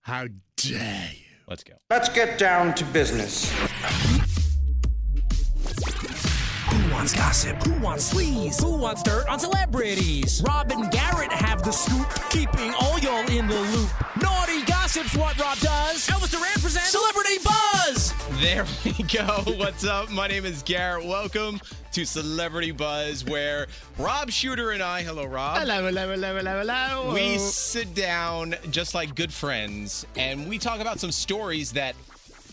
How dare you? Let's go. Let's get down to business. Who wants gossip? Who wants sleaze? Who wants dirt on celebrities? Rob and Garrett have the scoop, keeping all y'all in the loop. Naughty gossip's what Rob does. Elvis Duran presents Celebrity Buzz. There we go. What's up? My name is Garrett. Welcome to Celebrity Buzz, where Rob Shooter and I, hello, Rob. Hello, hello, hello, hello, hello. We sit down just like good friends and we talk about some stories that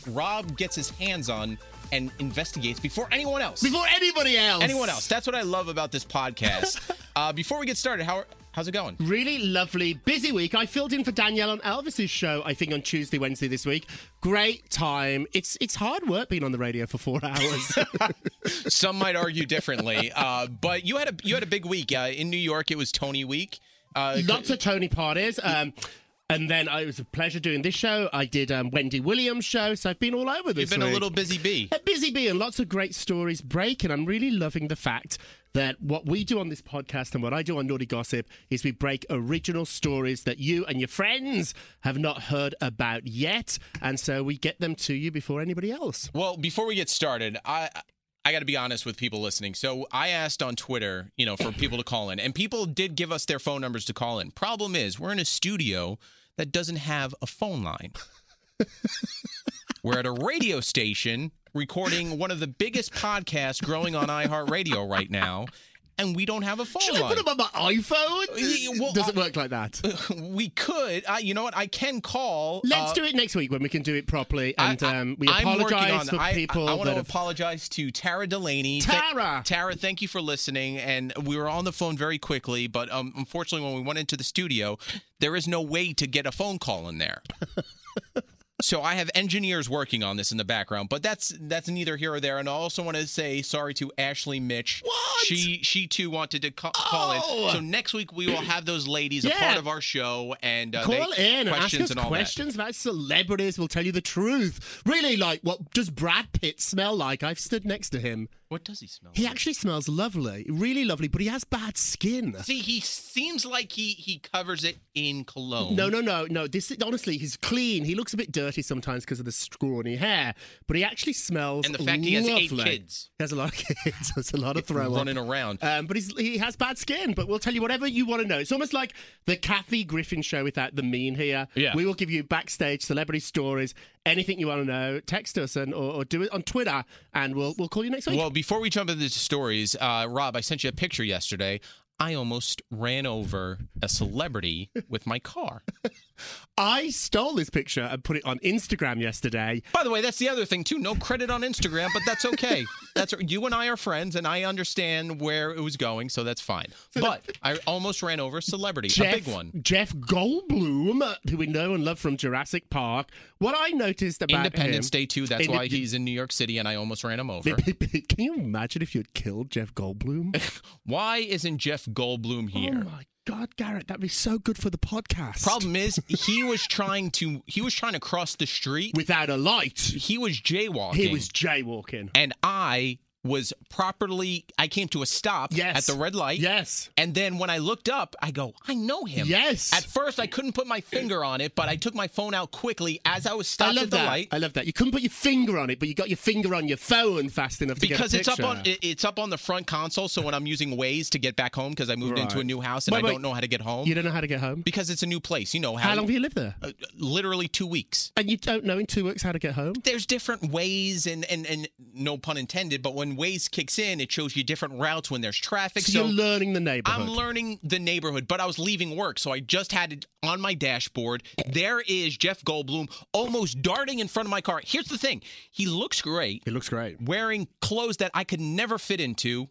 Rob gets his hands on and investigates before anyone else. before anybody else. anyone else. That's what I love about this podcast. uh, before we get started, how how's it going? Really lovely, busy week. I filled in for Danielle on Elvis's show. I think on Tuesday, Wednesday this week. Great time. It's it's hard work being on the radio for four hours. Some might argue differently, uh, but you had a you had a big week uh, in New York. It was Tony Week. Uh, Lots of Tony parties. Um, and then I, it was a pleasure doing this show. I did um, Wendy Williams show, so I've been all over this. you've been a week. little busy bee. A busy bee and lots of great stories breaking. I'm really loving the fact that what we do on this podcast and what I do on Naughty Gossip is we break original stories that you and your friends have not heard about yet. And so we get them to you before anybody else. Well, before we get started, I I got to be honest with people listening. So I asked on Twitter, you know, for people to call in, and people did give us their phone numbers to call in. Problem is, we're in a studio that doesn't have a phone line. we're at a radio station recording one of the biggest podcasts growing on iHeartRadio right now, and we don't have a phone Should I line. put them on my Yeah, iPhone? well, Does it I- Uh, work like that? we could, uh, you know what? I can call. Let's uh, do it next week when we can do it properly. I- And I- um, we I'm working apologize on- for I- people I, want that to have. apologize to Tara Delaney. Th- Tara! Tara, thank you for listening. And we were on the phone very quickly, but um, unfortunately, when we went into the studio, there is no way to get a phone call in there. So I have engineers working on this in the background, but that's that's neither here or there. And I also want to say sorry to Ashley Mitch. What? She she too wanted to ca- call Oh! in. So next week we will have those ladies a Yeah. part of our show and uh, they- Call in and ask questions us and all that. questions about celebrities. We'll tell you the truth. Really, like, what does Brad Pitt smell like? I've stood next to him. What does he smell? He like? actually smells lovely, really lovely, but he has bad skin. See, he seems like he he covers it in cologne. No, no, no, no. This is, honestly, he's clean. He looks a bit dirty sometimes because of the scrawny hair, but he actually smells. And the fact he has eight lovely. kids. He has a lot of kids. That's a lot of throw up. running around. Um, but he's, he has bad skin. But we'll tell you whatever you want to know. It's almost like the Kathy Griffin show without the mean here. Yeah. We will give you backstage celebrity stories, anything you want to know. Text us and or, or do it on Twitter, and we'll we'll call you next week. Well, before we jump into the stories, uh, Rob, I sent you a picture yesterday. I almost ran over a celebrity with my car. I stole this picture and put it on Instagram yesterday. By the way, that's the other thing too. No credit on Instagram, but that's okay. That's you and I are friends, and I understand where it was going, so that's fine. But I almost ran over a celebrity, Jeff, a big one, Jeff Goldblum, who we know and love from Jurassic Park. What I noticed about Independence him, Day too. That's Inde- why he's in New York City, and I almost ran him over. Can you imagine if you had killed Jeff Goldblum? Why isn't Jeff Goldblum here? Oh my God, Garrett, that'd be so good for the podcast. Problem is, he was trying to he was trying to cross the street. without a light, He was jaywalking. he was jaywalking. and I was properly. I came to a stop Yes, at the red light. Yes, And then when I looked up, I go, I know him. yes. At first, I couldn't put my finger on it, but I took my phone out quickly as I was I stopped love at the that. light I love that. You couldn't put your finger on it, but you got your finger on your phone fast enough to because get a it's up picture. on it- it's up on the front console. So when I'm using Waze to get back home because I moved into Right. a new house and Wait, I wait. don't know how to get home You don't know how to get home. because it's a new place. You know how, How long have you lived there? uh, literally two weeks. And you don't know in two weeks how to get home. there's different ways and, and and no pun intended but when ways kicks in it shows you different routes when there's traffic So, so, you're learning the neighborhood. i'm learning the neighborhood but i was leaving work so i just had it on my dashboard there is jeff goldblum almost darting in front of my car here's the thing he looks great It looks great. wearing clothes that i could never fit into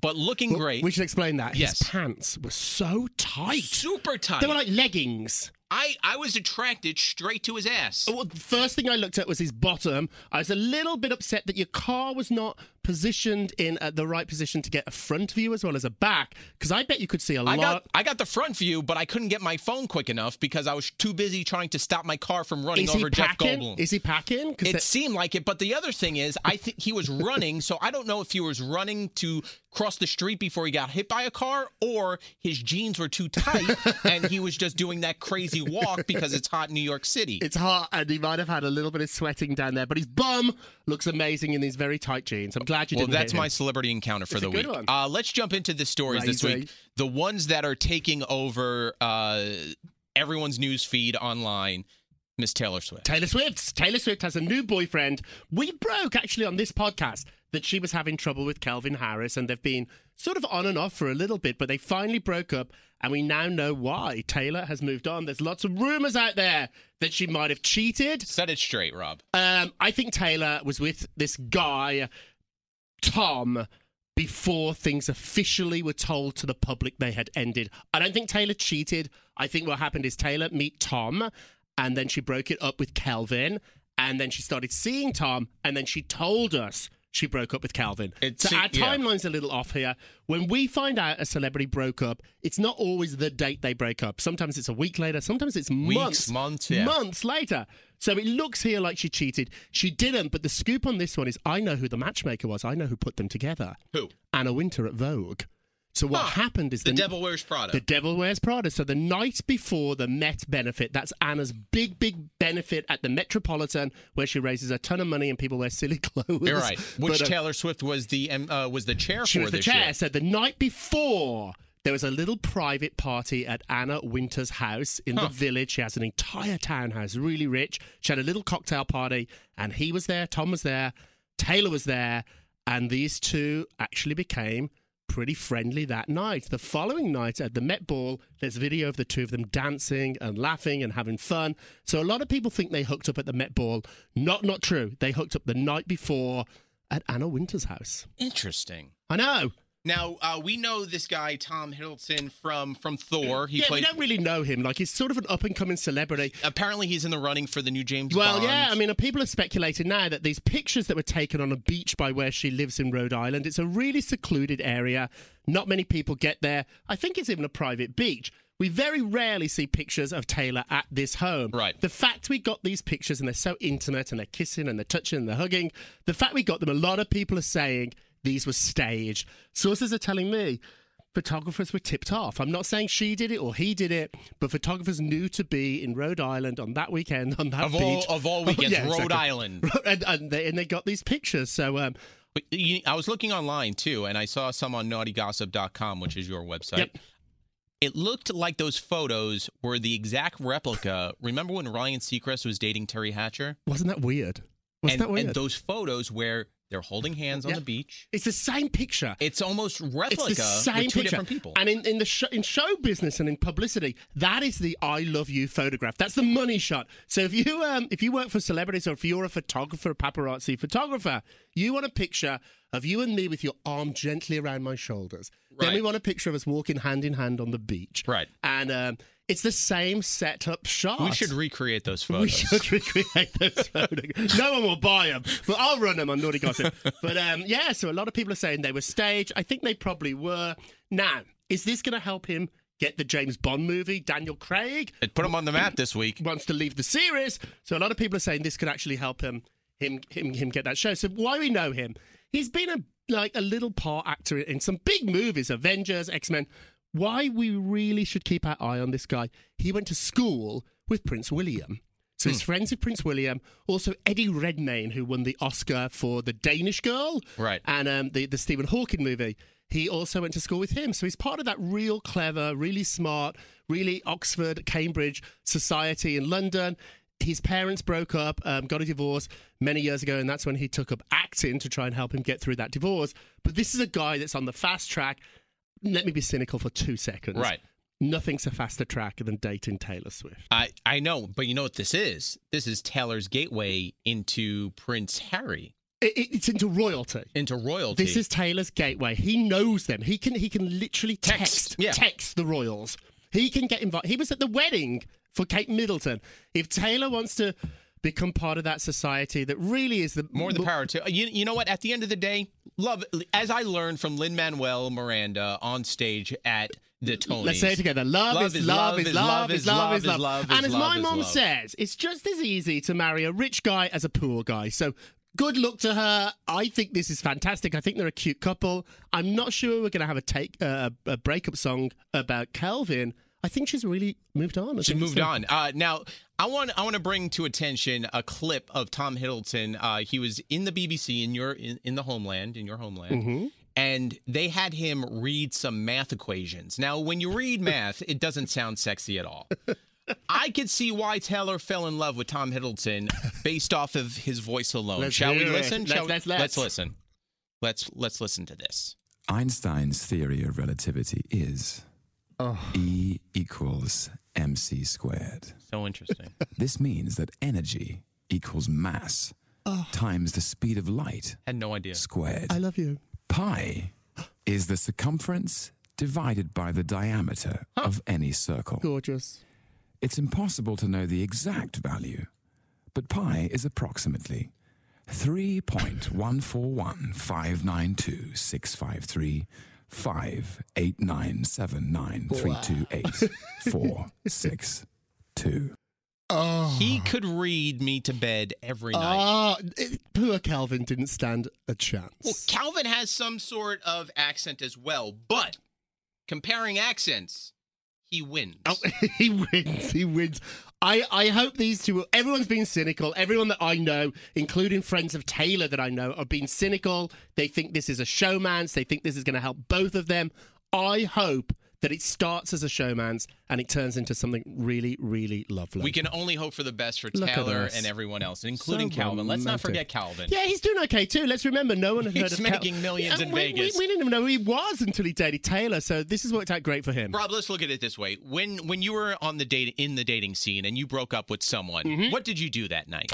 but looking Well, great We should explain that. Yes. His pants were so tight. super tight They were like leggings. i i was attracted straight to his ass Well, the first thing I looked at was his bottom. I was a little bit upset that your car was not positioned in at the right position to get a front view as well as a back, because I bet you could see a I lot. got I got the front view, but I couldn't get my phone quick enough because I was too busy trying to stop my car from running Is over he Jeff packing? Goldblum. Is he packing? Because it seemed like it, but the other thing is, I think he was running, so I don't know if he was running to cross the street before he got hit by a car, or his jeans were too tight and he was just doing that crazy he walk because it's hot in New York City. It's hot, and he might have had a little bit of sweating down there, but his bum looks amazing in these very tight jeans. I'm glad you Well, didn't. hit that's my him. celebrity encounter for It's the a good week. one. Uh, let's jump into the stories this Amazing. week. The ones that are taking over uh, everyone's news feed online. Miss Taylor Swift. Taylor Swift. Taylor Swift has a new boyfriend. We broke actually on this podcast that she was having trouble with Calvin Harris, and they've been sort of on and off for a little bit, but they finally broke up, and we now know why. Taylor has moved on. There's lots of rumors out there that she might have cheated. Set it straight, Rob. Um, I think Taylor was with this guy, Tom, before things officially were told to the public they had ended. I don't think Taylor cheated. I think what happened is Taylor meet Tom, and then she broke it up with Calvin, and then she started seeing Tom, and then she told us she broke up with Calvin. It so se- our yeah. timeline's a little off here. When we find out a celebrity broke up, it's not always the date they break up. Sometimes it's a week later. Sometimes it's Weeks, months, months, yeah. months later. So it looks here like she cheated. She didn't, but the scoop on this one is I know who the matchmaker was. I know who put them together. Who? Anna Winter at Vogue. So what Ah, happened is The Devil Wears Prada. The Devil Wears Prada. So the night before the Met benefit, that's Anna's big, big benefit at the Metropolitan, where she raises a ton of money and people wear silly clothes. You're right. Which But, uh, Taylor Swift was the um, uh, was the chair she for was the this chair. year? So the night before, there was a little private party at Anna Winter's house in the village. She has an entire townhouse, really rich. She had a little cocktail party, and he was there, Tom was there, Taylor was there, and these two actually became pretty friendly that night. The following night at the Met Ball, there's video of the two of them dancing and laughing and having fun. So a lot of people think they hooked up at the Met Ball. Not not true. They hooked up the night before at Anna Winter's house. Interesting. I know. Now uh, we know this guy Tom Hiddleston from from Thor. He yeah, played. we don't really know him. Like he's sort of an up and coming celebrity. Apparently, he's in the running for the new James Well, Bond. yeah, I mean, people are speculating now that these pictures that were taken on a beach by where she lives in Rhode Island, it's a really secluded area. Not many people get there. I think it's even a private beach. We very rarely see pictures of Taylor at this home. Right. The fact we got these pictures and they're so intimate and they're kissing and they're touching and they're hugging, the fact we got them, a lot of people are saying these were staged. Sources are telling me photographers were tipped off. I'm not saying she did it or he did it, but photographers knew to be in Rhode Island on that weekend on that of all beach. of all Oh, weekends, yeah, Rhode exactly. Island. and, and, they, and they got these pictures. So um, But you- I was looking online too, and I saw some on NaughtyGossip.com, which is your website. Yep. It looked like those photos were the exact replica. Remember when Ryan Seacrest was dating Terry Hatcher? wasn't that weird? Wasn't and, that weird? and those photos where they're holding hands on Yeah. the beach. it's the same picture. It's almost replica It's the same with uh, two picture. different people. And in, in the sh- in show business and in publicity, that is the I love you photograph. That's the money shot. So if you um, if you work for celebrities or if you're a photographer, paparazzi photographer, you want a picture of you and me with your arm gently around my shoulders. Then we Right. want a picture of us walking hand in hand on the beach. Right. And um, it's the same setup shot. we should recreate those photos. We should recreate those photographs. No one will buy them, but I'll run them on Naughty Gossip. but um, yeah, so a lot of people are saying they were staged. I think they probably were. Now, is this going to help him get the James Bond movie? Daniel Craig It put them on the map this week. wants to leave the series, so a lot of people are saying this could actually help him, him, him, him get that show. So why we know him? He's been a like a little part actor in some big movies, Avengers, X Men. Why we really should keep our eye on this guy? He went to school with Prince William. So he's friends with Prince William, also Eddie Redmayne, who won the Oscar for The Danish Girl, Right. and um, the the Stephen Hawking movie. He also went to school with him, so he's part of that real clever, really smart, really Oxford, Cambridge society in London. His parents broke up, um, got a divorce many years ago, and that's when he took up acting to try and help him get through that divorce. But this is a guy that's on the fast track. Let me be cynical for two seconds. Right. Nothing's a faster track than dating Taylor Swift. I, I know, but you know what this is? This is Taylor's gateway into Prince Harry, It- it- it's into royalty. into royalty. This is Taylor's gateway. He knows them. He can he can literally Text, text text, yeah. the royals. He can get invited. He was at the wedding for Kate Middleton. If Taylor wants to become part of that society that really is the more the power to uh, you. You know what? At the end of the day, love. As I learned from Lin Manuel Miranda on stage at the Tonys. Let's say it together. Love, is love is love is love is love. love is And as love my is mom love. says, it's just as easy to marry a rich guy as a poor guy. So good luck to her. I think this is fantastic. I think they're a cute couple. I'm not sure we're going to have a take uh, a breakup song about Calvin. I think she's really moved on. I She think it's moved a- on. Uh, now, I want I want to bring to attention a clip of Tom Hiddleston. Uh, he was in the BBC in your in, in the homeland in your homeland, and they had him read some math equations. Now, when you read math, it doesn't sound sexy at all. I could see why Taylor fell in love with Tom Hiddleston based off of his voice alone. Let's Shall we hear it. listen? Let's- Shall we- let's- let's. let's listen. Let's let's listen to this. Einstein's theory of relativity is E equals mc squared. So interesting. This means that energy equals mass times the speed of light Had no idea. squared. I love you. Pi is the circumference divided by the diameter of any circle. Gorgeous. It's impossible to know the exact value, but pi is approximately 3.1415926535897932846. He could read me to bed every night. Ah, it- poor Calvin didn't stand a Well, chance. Calvin has some sort of accent as well, but comparing accents, he wins. Oh. he wins. He wins. I, I hope these two. Everyone's been cynical. Everyone that I know, including friends of Taylor that I know, are being cynical. They think this is a showman's. They think this is going to help both of them. I hope that it starts as a showman's and it turns into something really, really lovely. We can only hope for the best for Look at Taylor us. and everyone else, including So Calvin. Let's not romantic. forget Calvin. Yeah, he's doing okay too. Let's remember, no one had He's heard of making Cal- millions Yeah, in we, Vegas. We, we didn't even know who he was until he dated Taylor. So this has worked out great for him. Rob, let's look at it this way: when when you were on the date in the dating scene and you broke up with someone, Mm-hmm. what did you do that night?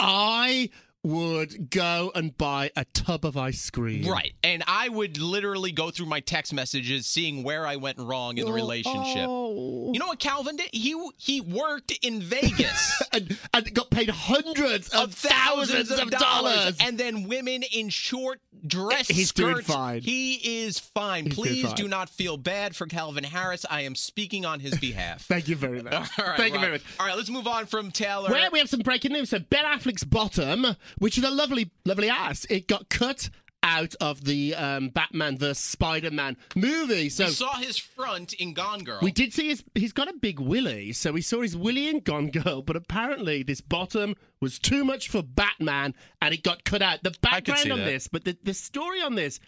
I would go and buy a tub of ice cream. Right, and I would literally go through my text messages, seeing where I went wrong in the relationship. Oh. You know what Calvin did? He he worked in Vegas. and, and got paid hundreds of, thousands, of dollars. and then women in short dress He's doing skirts. fine. He is fine. He's doing Please fine. do not feel bad for Calvin Harris. I am speaking on his behalf. Thank you very much. All right, Thank you very Rob. much. All right, let's move on from Taylor. Where we have some breaking news. So Ben Affleck's bottom, which is a lovely, lovely ass, it got cut out of the um, Batman vs Spider-Man movie. So we saw his front in Gone Girl. We did see his. He's got a big willy, so we saw his willy in Gone Girl. But apparently, this bottom was too much for Batman, and it got cut out. The I could see background on that. this, but the, the story on this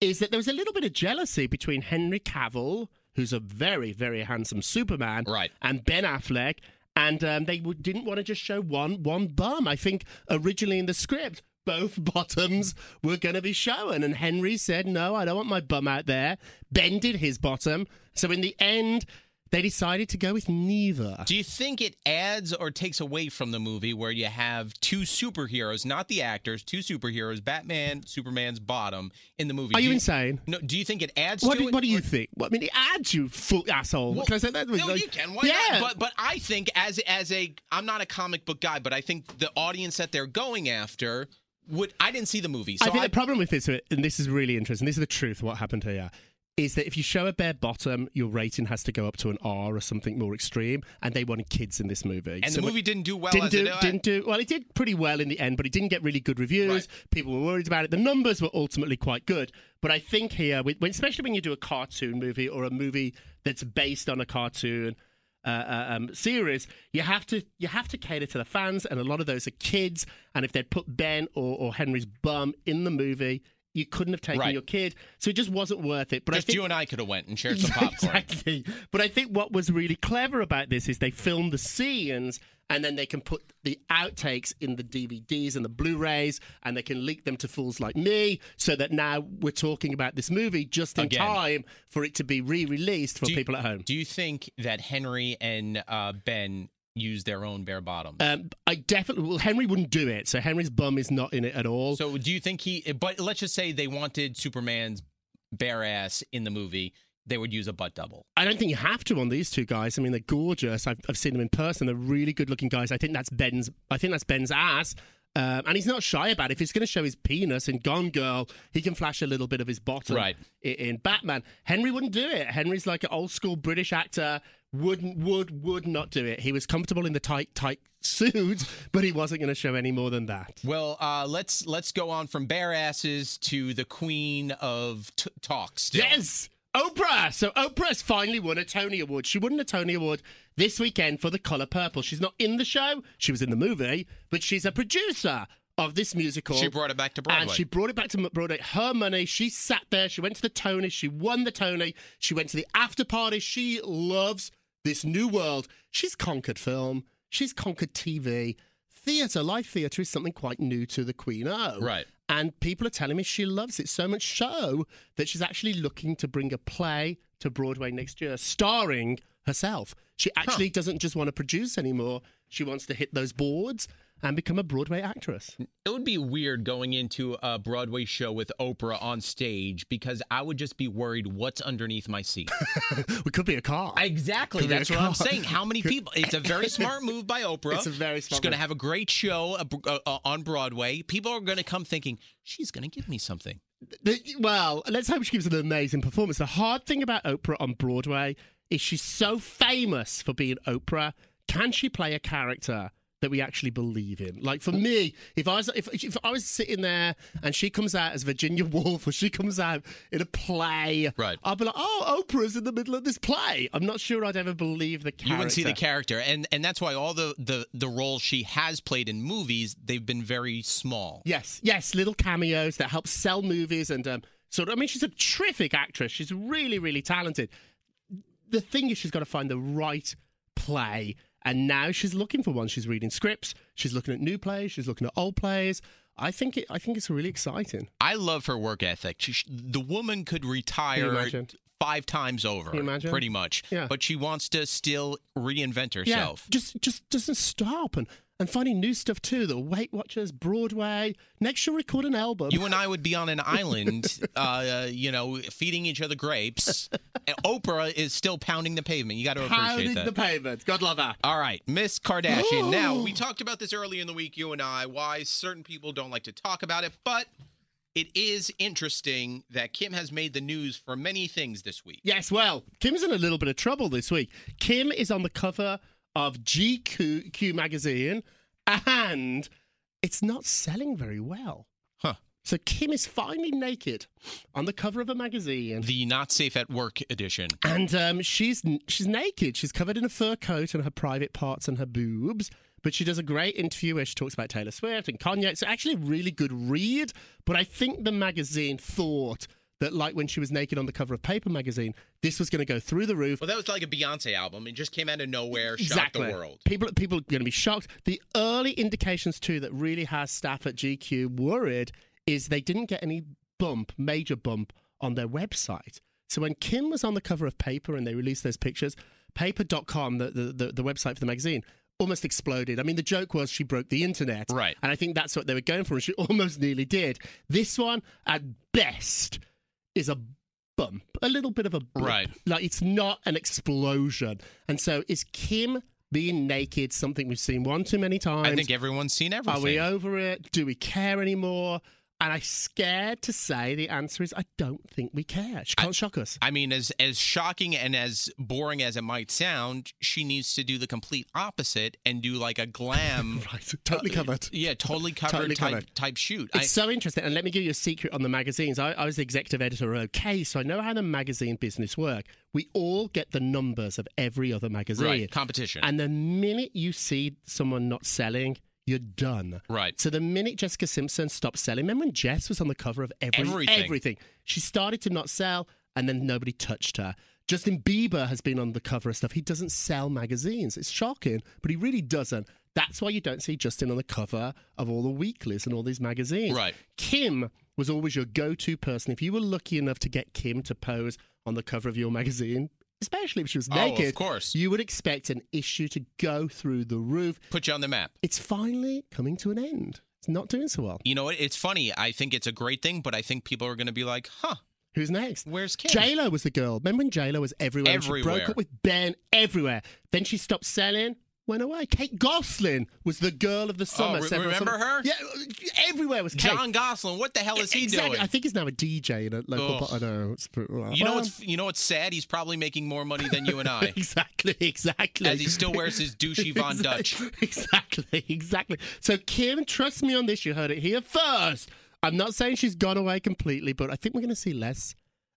is that there was a little bit of jealousy between Henry Cavill, who's a very very handsome Superman, Right. and Ben Affleck. And um, they w- didn't want to just show one one bum. I think originally in the script, both bottoms were going to be shown, and Henry said, "No, I don't want my bum out there." Ben did his bottom, so in the end, they decided to go with neither. do you think it adds or takes away from the movie where you have two superheroes, not the actors, two superheroes, Batman, Superman's bottom in the movie? Are Do you insane? No, do you think it adds What to do, it? what do or- you think? Well, I mean, it adds you full asshole. Well, can I say that? no, Like- you can. Why yeah, not? But but I think as as a I'm not a comic book guy, but I think the audience that they're going after would I didn't see the movie, so I think I, the problem with this, and this is really interesting, this is the truth. What happened here is that if you show a bare bottom, your rating has to go up to an R or something more extreme, and they wanted kids in this movie. and So the it movie didn't do well. Didn't as do, it, uh, didn't do well. It did pretty well in the end, but it didn't get really good reviews. Right. People were worried about it. The numbers were ultimately quite good, but I think here, with, when, especially when you do a cartoon movie or a movie that's based on a cartoon uh, uh, um, series, you have to you have to cater to the fans, and a lot of those are kids. And if they'd put Ben or, or Henry's bum in the movie, you couldn't have taken Right. your kid, so it just wasn't worth it. But I Just think you and I could have went and shared some popcorn. Exactly. But I think what was really clever about this is they filmed the scenes and then they can put the outtakes in the DVDs and the Blu-rays and they can leak them to fools like me so that now we're talking about this movie just in Again. time for it to be re-released for Do you- people at home. Do you think that Henry and uh, Ben used their own bare bottom? um, I definitely well Henry wouldn't do it, so Henry's bum is not in it at all. so do you think he? But let's just say they wanted Superman's bare ass in the movie. They would use a butt double. I don't think you have to on these two guys. I mean, they're gorgeous. I've, I've seen them in person. They're really good-looking guys. I think that's Ben's. I think that's Ben's ass. Um, and he's not shy about it. If he's going to show his penis in Gone Girl, he can flash a little bit of his bottom Right. i- in, Batman. Henry wouldn't do it. Henry's like an old school British actor. Wouldn't would would not do it. He was comfortable in the tight tight suit, but he wasn't going to show any more than that. Well, uh, let's let's go on from bare asses to the queen of t- talks. Yes, Oprah. So Oprah's finally won a Tony Award. She won a Tony Award this weekend for The Color Purple. She's not in the show. She was in the movie, but she's a producer of this musical. She brought it back to And Broadway. she brought it back to Broadway. Her money. She sat there. She went to the Tony. She won the Tony. She went to the after party. She loves this new world. She's conquered film. She's conquered TV. Theatre, live theatre, is something quite new to the Queen O. Right. And people are telling me she loves it so much so that she's actually looking to bring a play to Broadway next year, starring herself. She actually doesn't just want to produce anymore. She wants to hit those boards and become a Broadway actress. It would be weird going into a Broadway show with Oprah on stage because I would just be worried what's underneath my seat. It could be a car. Exactly. Could be a That's what car. I'm saying. How many people? It's a very smart move by Oprah. It's a very She's smart going to move. have a great show uh, br- uh, uh, on Broadway. People are going to come thinking she's going to give me something. The- well, let's hope she gives an amazing performance. The hard thing about Oprah on Broadway is she's so famous for being Oprah. Can she play a character that we actually believe in? Like for me, if I was if, if I was sitting there and she comes out as Virginia Woolf or she comes out in a play, Right. I'll be like, oh, Oprah's in the middle of this play. I'm not sure I'd ever believe the character. You would see the character, and and that's why all the the the roles she has played in movies they've been very small. Yes, yes, little cameos that help sell movies and um, sort of. I mean, she's a terrific actress. She's really, really talented. The thing is, she's got to find the right play, and now she's looking for one. She's reading scripts. She's looking at new plays. She's looking at old plays. I think it, I think it's really exciting. I love her work ethic. She, sh- the woman could retire imagine? five times over, you imagine? pretty much. Yeah. But she wants to still reinvent herself. Yeah, just just doesn't stop and and finding new stuff too. The Weight Watchers, Broadway. Next, she'll record an album. You and I would be on an island, uh, you know, feeding each other grapes. and Oprah is still pounding the pavement. You got to appreciate Pounding that. the pavement. God love her. All right, Miss Kardashian. Now, Ooh. we talked about this early in the week, you and I, why certain people don't like to talk about it, but it is interesting that Kim has made the news for many things this week. Yes, well, Kim's in a little bit of trouble this week. Kim is on the cover of GQ Q magazine, and it's not selling very well. Huh. So Kim is finally naked on the cover of a magazine, The Not Safe at Work edition. and um, she's she's naked. She's covered in a fur coat and her private parts and her boobs. But she does a great interview where she talks about Taylor Swift and Kanye. It's actually a really good read. But I think the magazine thought that, like when she was naked on the cover of Paper Magazine, this was going to go through the roof. Well, that was like a Beyonce album. It just came out of nowhere, shocked the world. People, people are going to be shocked. The early indications too that really has staff at GQ worried is they didn't get any bump, major bump on their website. So when Kim was on the cover of Paper and they released those pictures, Paper.com, the the, the, the website for the magazine. Almost exploded. I mean, the joke was she broke the internet. Right. And I think that's what they were going for, and she almost nearly did. This one, at best, is a bump, a little bit of a blip. Right. Like it's not an explosion. And so is Kim being naked something we've seen one too many times? I think everyone's seen everything. Are we over it? Do we care anymore? And I'm scared to say the answer is I don't think we care. She can't shock us. I mean, as as shocking and as boring as it might sound, she needs to do the complete opposite and do like a glam, Right. Uh, Totally covered. yeah, totally covered Totally type covered. type shoot. It's so interesting. And let me give you a secret on the magazines. I, I was the executive editor of OK, so I know how the magazine business work. We all get the numbers of every other I, magazine. right, competition. And the minute you see someone not selling, you're done. Right. So the minute Jessica Simpson stopped selling, remember when Jess was on the cover of every, Everything. She started to not sell, and then nobody touched her. Justin Bieber has been on the cover of stuff. He doesn't sell magazines. It's shocking, but he really doesn't. That's why you don't see Justin on the cover of all the weeklies and all these magazines. Right. Kim was always your go to person. If you were lucky enough to get Kim to pose on the cover of your magazine, especially if she was Oh, of naked, course. you would expect an issue to go through the roof. Put you on the map. It's finally coming to an end. It's not doing so well. You know what? It's funny. I think it's a great thing, but I think people are going to be like, "Huh, Who's next? where's Kim?" J-Lo was the girl. Remember when J-Lo was everywhere? and She Everywhere. broke up with Ben everywhere. Then she stopped selling, went away. Kate Gosling was the girl of the summer. Oh, re- several remember summer- her? Yeah, everywhere was Kate. John Gosling. What the hell is he exactly. doing? I think he's now a DJ in a local Ugh. bar. I know. It's, you you know what's you know what's sad? He's probably making more money than you and I, Exactly, exactly. as he still wears his douchey Von Dutch. Exactly, exactly. So, Kim, trust me on this. You heard it here first. I'm not saying she's gone away completely, but I think we're going to see less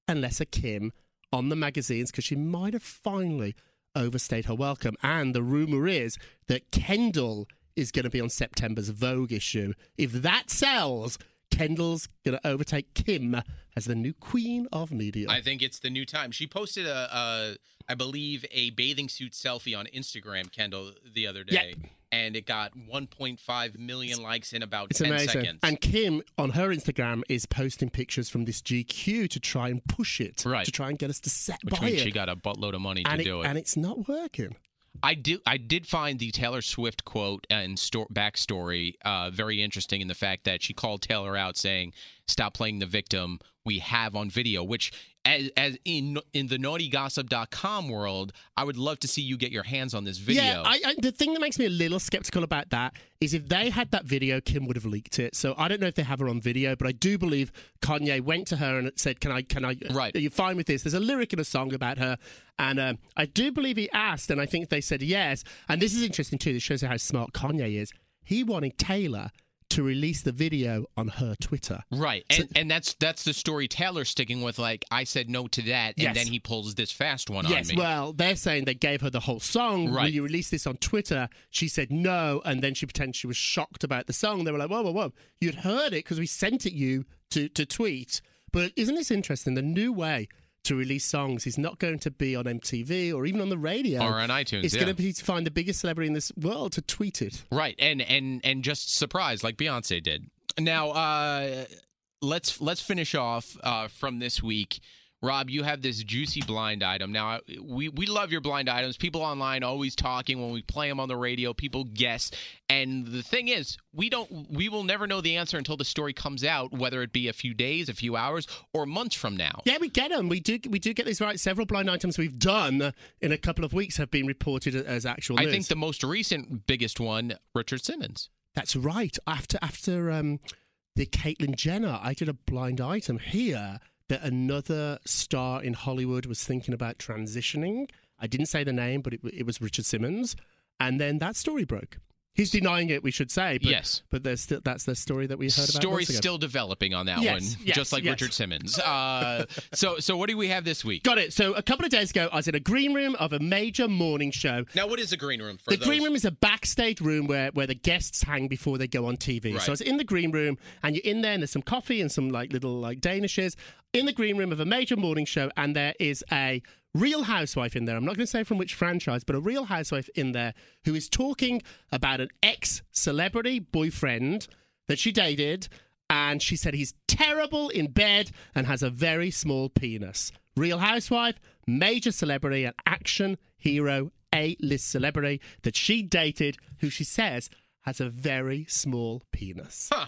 and less of Kim on the magazines because she might have finally overstayed her welcome. And the rumor is that Kendall is going to be on September's Vogue issue. If that sells, Kendall's going to overtake Kim as the new queen of media. I think it's the new time. She posted a, a I believe, a bathing suit selfie on Instagram, Kendall, the other day, and it got 1.5 million likes in about It's 10 amazing. seconds. And Kim on her Instagram is posting pictures from this GQ to try and push it, Right. to try and get us to set which by means it. she got a buttload of money and to do it. and it's not working. I do. I did find the Taylor Swift quote and sto- backstory uh, very interesting in the fact that she called Taylor out, saying, "Stop playing the victim. We have on video." Which, as, as in in the naughtygossip.com world, I would love to see you get your hands on this video. Yeah, I, I, the thing that makes me a little skeptical about that is if they had that video, Kim would have leaked it. So I don't know if they have her on video, but I do believe Kanye went to her and said, "Can I? Can I? Right. Are you fine with this?" There's a lyric in a song about her, and um, I do believe he asked, and I think they said yes. And this is interesting too. This shows you how smart Kanye is. He wanted Taylor to release the video on her Twitter. Right, and, and that's that's the story Taylor's sticking with. Like I said no to that, Yes. and then he pulls this fast one Yes, on me. well, they're saying they gave her the whole song. Will Right. you release this on Twitter? She said no, and then she pretended she was shocked about the song. They were like, whoa, whoa, whoa. You'd heard it because we sent it you to, to tweet. But isn't this interesting? The new way to release songs is not going to be on MTV or even on the radio. Or on iTunes, It's yeah. going to be to find the biggest celebrity in this world to tweet it. Right, and and and just surprised like Beyonce did. Now, uh let's let's finish off uh from this week. Rob, you have this juicy blind item. Now, I- we we love your blind items. People online always talking when we play them on the radio. People guess, and the thing is, we don't we will never know the answer until the story comes out, whether it be a few days, a few hours, or months from now. Yeah, we get them. We do. We do get these right. Several blind items we've done in a couple of weeks have been reported as actual I news. think the most recent biggest one, Richard Simmons. That's right. After after um, the Caitlyn Jenner, I did a blind item here that another star in Hollywood was thinking about transitioning. I didn't say the name, but it, it was Richard Simmons, and then that story broke. He's denying it. We should say, but, Yes. but there's still, that's the story that we heard about. Story months ago. still developing on that Yes, one, yes, just like yes. Richard Simmons. Uh, so, so what do we have this week? got it. So a couple of days ago, I was in a green room of a major morning show. Now, what is the green room for the green room is a backstage room where, where the guests hang before they go on TV. Right. So it's in the green room, and you're in there, and there's some coffee and some like little like danishes in the green room of a major morning show, and there is a Real Housewife in there. I'm not going to say from which franchise, but a Real Housewife in there who is talking about an ex celebrity boyfriend that she dated, and she said he's terrible in bed and has a very small penis. Real Housewife, major celebrity, an action hero, A list celebrity that she dated, who she says has a very small penis. Huh.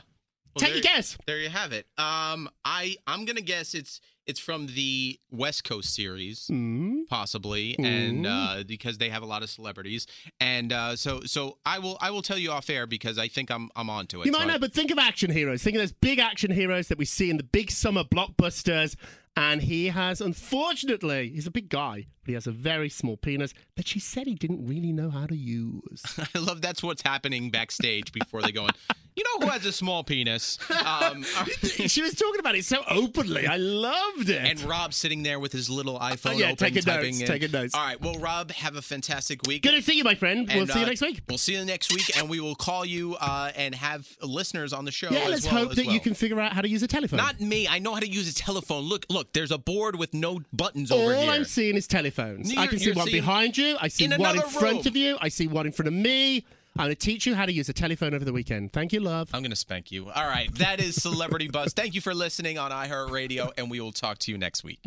Take your guess. There you have it. Um, I I'm gonna guess it's it's from the West Coast series, Mm-hmm. possibly, and uh, because they have a lot of celebrities, and uh, so so I will I will tell you off air because I think I'm I'm onto it. You So might I- know, but think of action heroes. Think of those big action heroes that we see in the big summer blockbusters. And he has, unfortunately, he's a big guy, but he has a very small penis that she said he didn't really know how to use. I love that's what's happening backstage before they go on. You know who has a small penis? Um, she was talking about it so openly. I loved it. And Rob sitting there with his little iPhone Oh, yeah, open, taking typing notes, in. taking notes. All right, well, Rob, have a fantastic week. Good to see you, my friend. we'll And, see you uh, next week. We'll see you next week, and we will call you uh, and have listeners on the show. Yeah, as let's well, hope as that you well. can figure out how to use a telephone. Not me. I know how to use a telephone. Look, look. There's a board with no buttons All over here. I'm seeing is telephones. You're- I can see you're one seeing- behind you. I see in one in another front room. of you. I see one in front of me. I'm going to teach you how to use a telephone over the weekend. Thank you, love. I'm gonna spank you. All right, that is Celebrity Buzz. Thank you for listening on iHeartRadio, and we will talk to you next week.